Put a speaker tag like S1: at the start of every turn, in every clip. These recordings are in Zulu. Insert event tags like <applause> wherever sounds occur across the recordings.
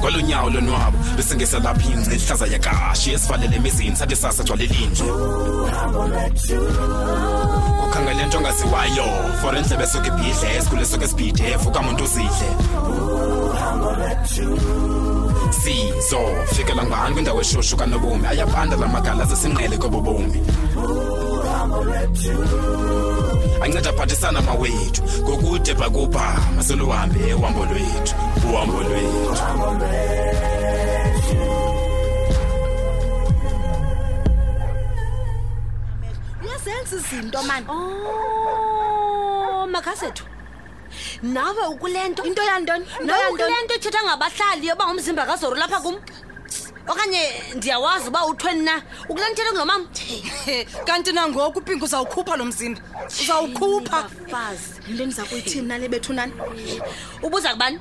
S1: kwalonyawo lonwabo bese ngesalapha ingce ihlaza yakashi esivalele emizini sathi sasa gcwale linje ukhangele nto ongaziwayo for endlebe esuke ibhidle esikhule esuke esibhidef ukamuntu uzidle sizo fikela ngubani kwindawo eshushu kanobomi ayabanda la magala zesinqele kobobomi anceda aphathisana mawethu ngokude bhakubha maseluhambe uhambo lwethu uhambo lwethu
S2: uyazenza izinto mani
S3: Oh, makhasethu nawe ukule nto
S2: into yantoni into
S3: nawe
S2: yantoni
S3: ukule nto ethetha ngabahlali yoba umzimba kazoru lapha kum okanye ndiyawazi uba uthweni na ukule nto ethetha ngomam
S4: <laughs> kanti nangoku upinki uzawukhupha lo mzimba uzawukhupha
S3: bafazi
S2: yinto eniza kuyithini nale bethu nani
S3: ubuza kubani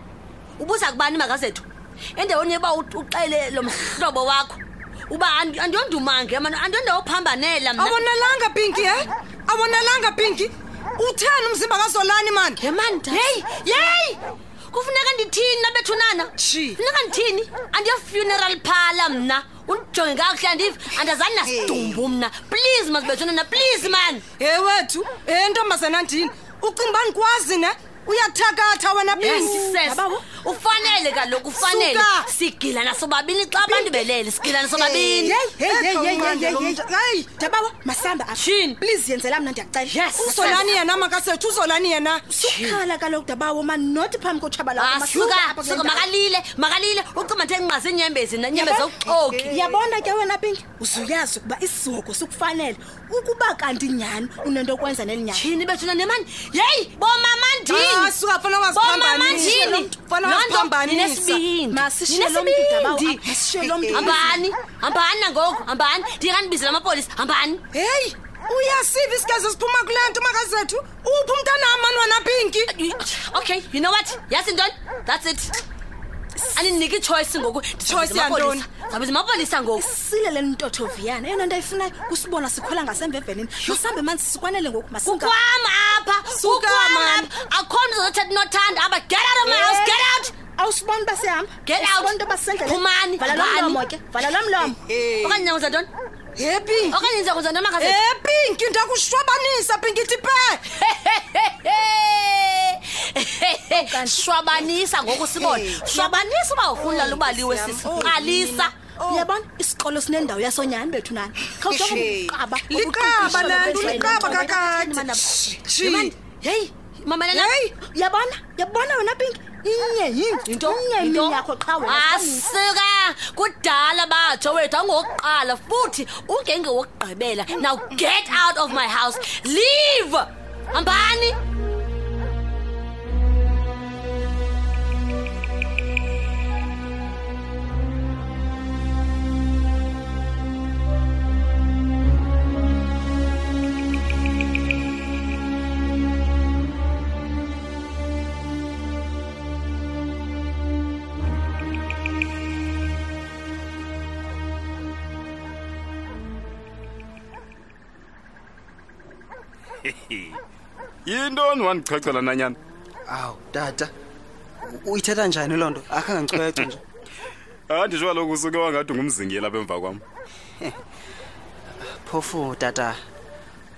S3: ubuza kubani makazethu endaweni yoba ut- uxele lo mhlobo wakho uba andi- andiyondumange mani andiyondawophambanela mna
S4: awonelanga pinki he awonelanga pinki utheni umzimba kazolani mani
S3: ye mani yeyi yeyi kufuneka ndithini nabethunana
S4: Tshi.
S3: funeka ndithini andiyo-funeral phala mna undijonge kakuhle andiv andazani nasidumbu mna please mazibethunana please mani
S4: he wethu he ntombazana ndini ucinga uba ndikwazi ne uyathakatha wena pinki
S3: Yes. ufanele kaloku ufanele
S4: Suka.
S3: sigila nasobabini xa abantu belele sigila nasobabini
S2: Yeyi, yeyi, yeyi, yeyi, yeyi, yeyi.
S4: heyi
S2: dabawo masihamba apha
S3: Tshini.
S2: please yenzela mna ndiyacela
S3: Yes.
S4: uzolani yena makasethu uzolani yena
S2: sukhala kaloku dabawo mani not phambi kotshaba lakho,
S3: asuka
S2: masuka
S3: Ah,
S2: apha kule
S3: suka
S2: ndawo.
S3: makalile makalile ucima nje nqase inyembezi mna nyembezi
S2: Yabo-
S3: okuxoki
S2: yabona ke wena pinki uzuyazi ukuba isizoko sikufanele ukuba kanti nyhani unento okwenza neli nyhani
S3: tyhini bethunane mani yeyi bomama
S4: Ah,
S3: ndini
S4: suka fana
S3: bomama
S4: waziphambanisa
S3: ndini
S4: fana
S3: Loo nto
S4: waziphambanisa
S3: ninesibindi
S2: Masishiye lo mntu, Dabawo,
S3: Ninesibindi.
S2: masishiye
S4: Eh,
S2: lo mntu.
S3: hambani hambani nangoku hambani ndingandibizela amapolisa hambani
S4: heyi uyasiva isigezi siphuma kule nto makazethu uphi umntanam mani wena pinki
S3: okay you know what yazi ntoni that's it andindinika ichoice ngoku
S4: Choice yantoni?
S3: zabiza amapolisa ngoku
S2: silele ntothoviyana eyona nto ayifunayo kusibona sikhwela ngasemvevenini masihambe manzi sikwanele ngoku masinga
S3: kukwam apha
S4: Suka,
S3: kukwam
S4: man.
S3: apha akho mntu uzothetha nothanda apha get out of my house get out
S2: awusiboni uba sihamba
S3: Get out.
S2: Awusiboni into yoba sisendleleni?
S3: Phumani,
S2: vala lo
S3: phumani.
S2: mlomo ke vala lo mlomo
S4: Eh,
S3: okanye
S4: he pinki
S3: ndiyakwenza ntoni okanye ndiyakwenza ntoni
S4: he
S3: makaze
S4: pinki Eh, ndakushwabanisa pinki tipe
S3: <laughs> shwabanisa ngoku sibone shwabanisa uba ufunilala
S4: Oh,
S3: ubaliwe sisi qalisa
S2: uyabona isikolo sinendawo yasonyani bethu nani
S4: Shey.
S2: khawuqaba
S4: Eh, liqaba nanto liqaba kakade
S3: Yimani, heyi mamelela
S4: heyi
S2: uyabona yabona wena pinki inye yinto inye imini yakho qha wena
S3: asuka kudala batsho wethu angowokuqala futhi ungenge wokugqibela now get out of my house leave hambani
S5: yintoni wandichechela nanyana
S6: awu tata u- uyithetha njani loo nto akhange ndichwece nje
S5: anditsho kaloku Ah, usuke wangathi ngumzingeli apha emva kwam
S6: phofu tata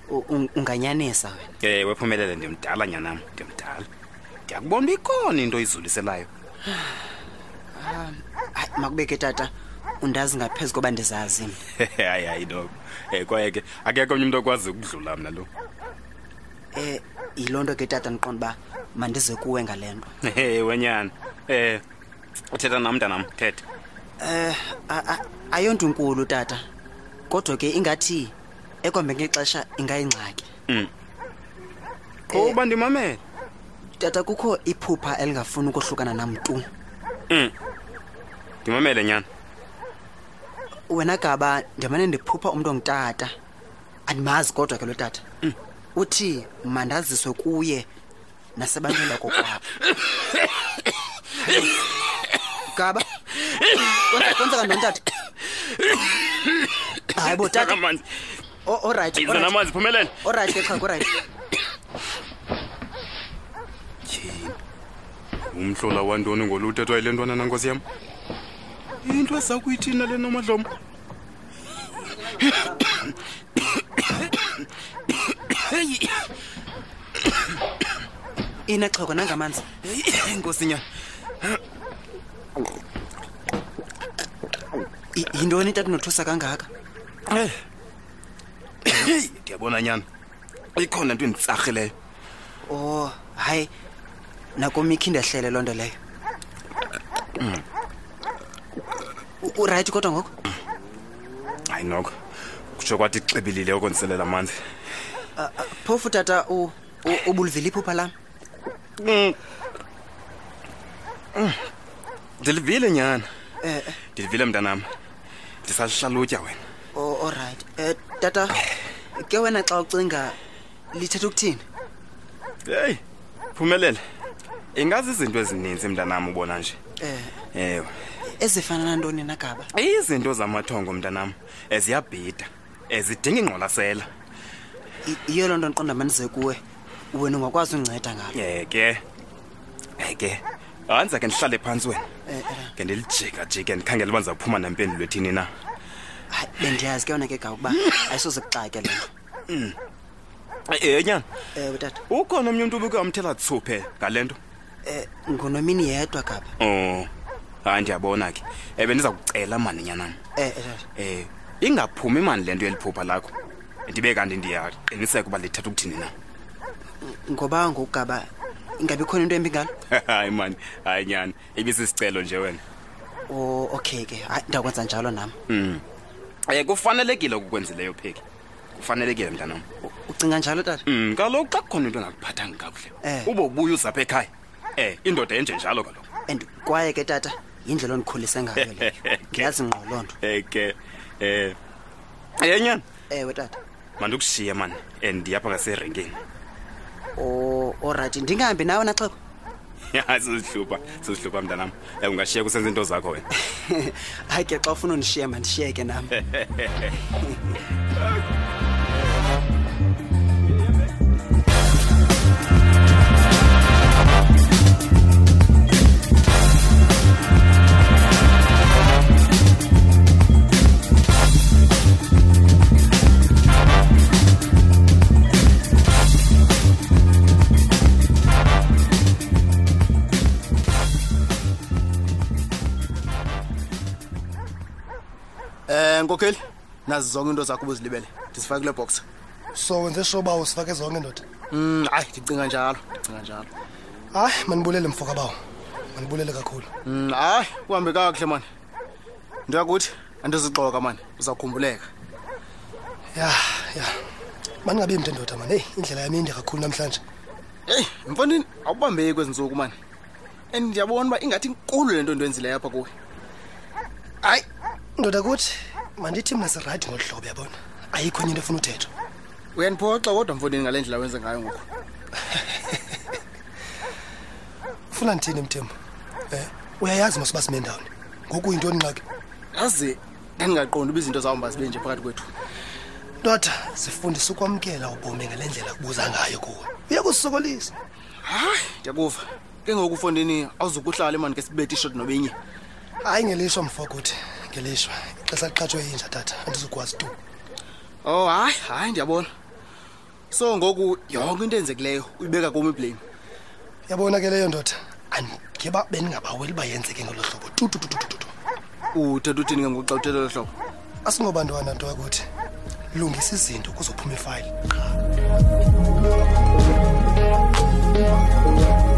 S6: u- un- unganyanisa wena
S5: ewe phumelele ndimdala nyanam ndimdala ndiyakubona uba ikhona into izuliselayo
S6: hayi makubeke tata undazi ngaphezu koba ndizazi mna
S5: <laughs> hayi hayi noko um kwaye ke akekho omnye umntu okwazi ukudlula mna <laughs> lo
S6: um yiloo nto ke tata ndiqonda uba mandize kuwe ngale nto
S5: ewe nyana um uthetha nam mntanam thetha
S6: Eh, A- a- ayonto inkulu tata kodwa ke ingathi ekwambe ngexesha ingayingxaki Eh,
S5: uba ndimamele
S6: tata kukho iphupha elingafuni ukohlukana nam tu
S5: ndimamele nyana
S6: wena gaba ndimane ndiphupha umntu ongutata andimazi kodwa ke lo tata uthi mandaziswe kuye nasebantwini bakokwabo gaba kwenza- kwenzeka ntoni tata hayi bo tata
S5: amanzi
S6: O- orayithi,
S5: izana
S6: orayithi.
S5: amanzi phumelele
S6: orayithi ke qhaku orayithi
S5: tyhini umhlola wantoni ngoluthethwa yile ntwana nankosi yam into eza kuyithina le nomadlomo heyi
S6: inexhoko nangamanzi
S5: heyi, nkosinyana
S6: Y- yintoni tata nothusa kangaka
S5: Eh. Hey, ndiyabona nyana ikhona into enditsarhileyo
S6: oh hayi nakomikhi indehlele loo nto leyo Mm. U- urayithi kodwa ngoku
S5: hayi noko kutsho kwathi xibilile ukondiselela amanzi
S6: phofu tata u- u- ubulivile iphupha lam
S5: Mm. ndilivile nyana
S6: Eh,
S5: ndilivile mntanam ndisahlalutya wena
S6: O- olrayithi um tata ke wena xa ucinga lithetha ukuthini
S5: heyi phumelele ingazi izinto ezininzi mntanam ubona nje
S6: um
S5: ewe
S6: ezifana nantoni nagaba
S5: izinto zamathongo mntanam eziyabhida ezidinga ingqwalasela
S6: Y- yiyo loo nto ndiqonda manize kuwe wena ungakwazi undinceda ngalo
S5: Eh ke. Eh ke. Anza ke ndihlale phansi wena. Ke ndilijika jike ndikhangela uba ndizawuphuma nempendulo ethini na.
S6: hayi bendiyazi ke yona ke gawu <laughs> uba ayisoze kuxake le nto
S5: Eh nyana.
S6: ewe tata
S5: Ukhona omnye umuntu obuke amthela tsuphe ngalento.
S6: um ngunomini yedwa gaba
S5: Oh. Hayi ndiyabona ke. Ebe ndiza kucela mani nyanam.
S6: Eh, eh, tata
S5: Eh ingaphumi mani lento yeliphupha lakho. Ndibe kanti ndiyaqiniseka uba lithetha ukuthini na. <laughs>
S6: ngoba ngoku gaba ingabi khona into embi ngalo
S5: Hayi mani, hayi nyana. Ibisisicelo nje wena.
S6: o Oh, okay ke hayi ndawukwenza njalo nam
S5: Eh kufanelekile ukukwenzileyo pheki. Kufanelekile mntanam.
S6: ucinga njalo tata
S5: Mm, kaloku xa kukhona into engakuphathanga kakuhle
S6: Eh.
S5: ube ubuye uzapha ekhaya eh indoda enje njalo kaloku
S6: and kwaye ke tata yindlela ondikhulise ngayo leyo ndiyazi ngqo loo nto
S5: Eh, ke eh eh nyana
S6: ewe tata
S5: mandikushiye mani and ndiyapha ngaserenkini
S6: o orayithi Oh, ndingahambi nawe naxeko
S5: <laughs>
S6: <laughs>
S5: hayi sizihlupha sizihlupha mntanam Eh, ungashiya kusenza into zakho wena
S6: hayi ke xa ufuna undishiye mandishiyeke nam
S7: Eh nkokheli nazi zonke into zakho ubuzilibele ndizifake kule box.
S8: so wenze sure uba usifake zonke ndoda
S7: Mm hayi ndicinga njalo, ndicinga njalo.
S8: hayi mandibulele mfoka bawo mandibulele kakhulu
S7: Mm hayi uhambe kakuhle man. Ndiyakuthi andizixoka man, uzakhumbuleka.
S8: ya ya mandingabi mntu ndoda mani heyi indlela yam inde kakhulu namhlanje
S7: Hey, mfondini awubambeki kwezi ntsuku man. And ndiyabona uba ingathi inkulu le nto ndwenzileyo apha kuwe.
S8: hayi ndoda kuthi mandithi mna sirayithi ngolu hlobo yabona ayikho enye into efuna uthethwa
S7: Uyandiphoxa kodwa mfondini ngale ndlela wenze ngayo ngoku.
S8: ufuna ndithini mthembu um uyayazi masuba sime ndawoni ngoku yintoni ngxaki
S7: Yazi ndingaqondi uba izinto zawuba zibe nje phakathi kwethu.
S8: ndoda zifundise ukwamkela ubomi ngale ndlela kubuza ngayo kuwe uya kusisokolisa
S7: Hayi, ndiyakuva. Ke ngoku mfondini awuzukuhlala man ke sibethe ishot nobenye.
S8: hayi ngelishwa mfo kuthi ngelishwa ixesha liqhatshwe yinja tata andizukwazi tu
S7: Oh hayi hayi ndiyabona. So ngoku yonke into enzekileyo uyibeka kum iblame.
S8: yabona ke leyo ndoda andikeba bendingabaweli uba yenzeke ngolo hlobo tutututututu
S7: Uthetha uthini ke ngoku xa uthetha lo hlobo?
S8: asingobantwana nto yakuthi lungisa izinto kuzophuma ifayile qha
S7: Hey,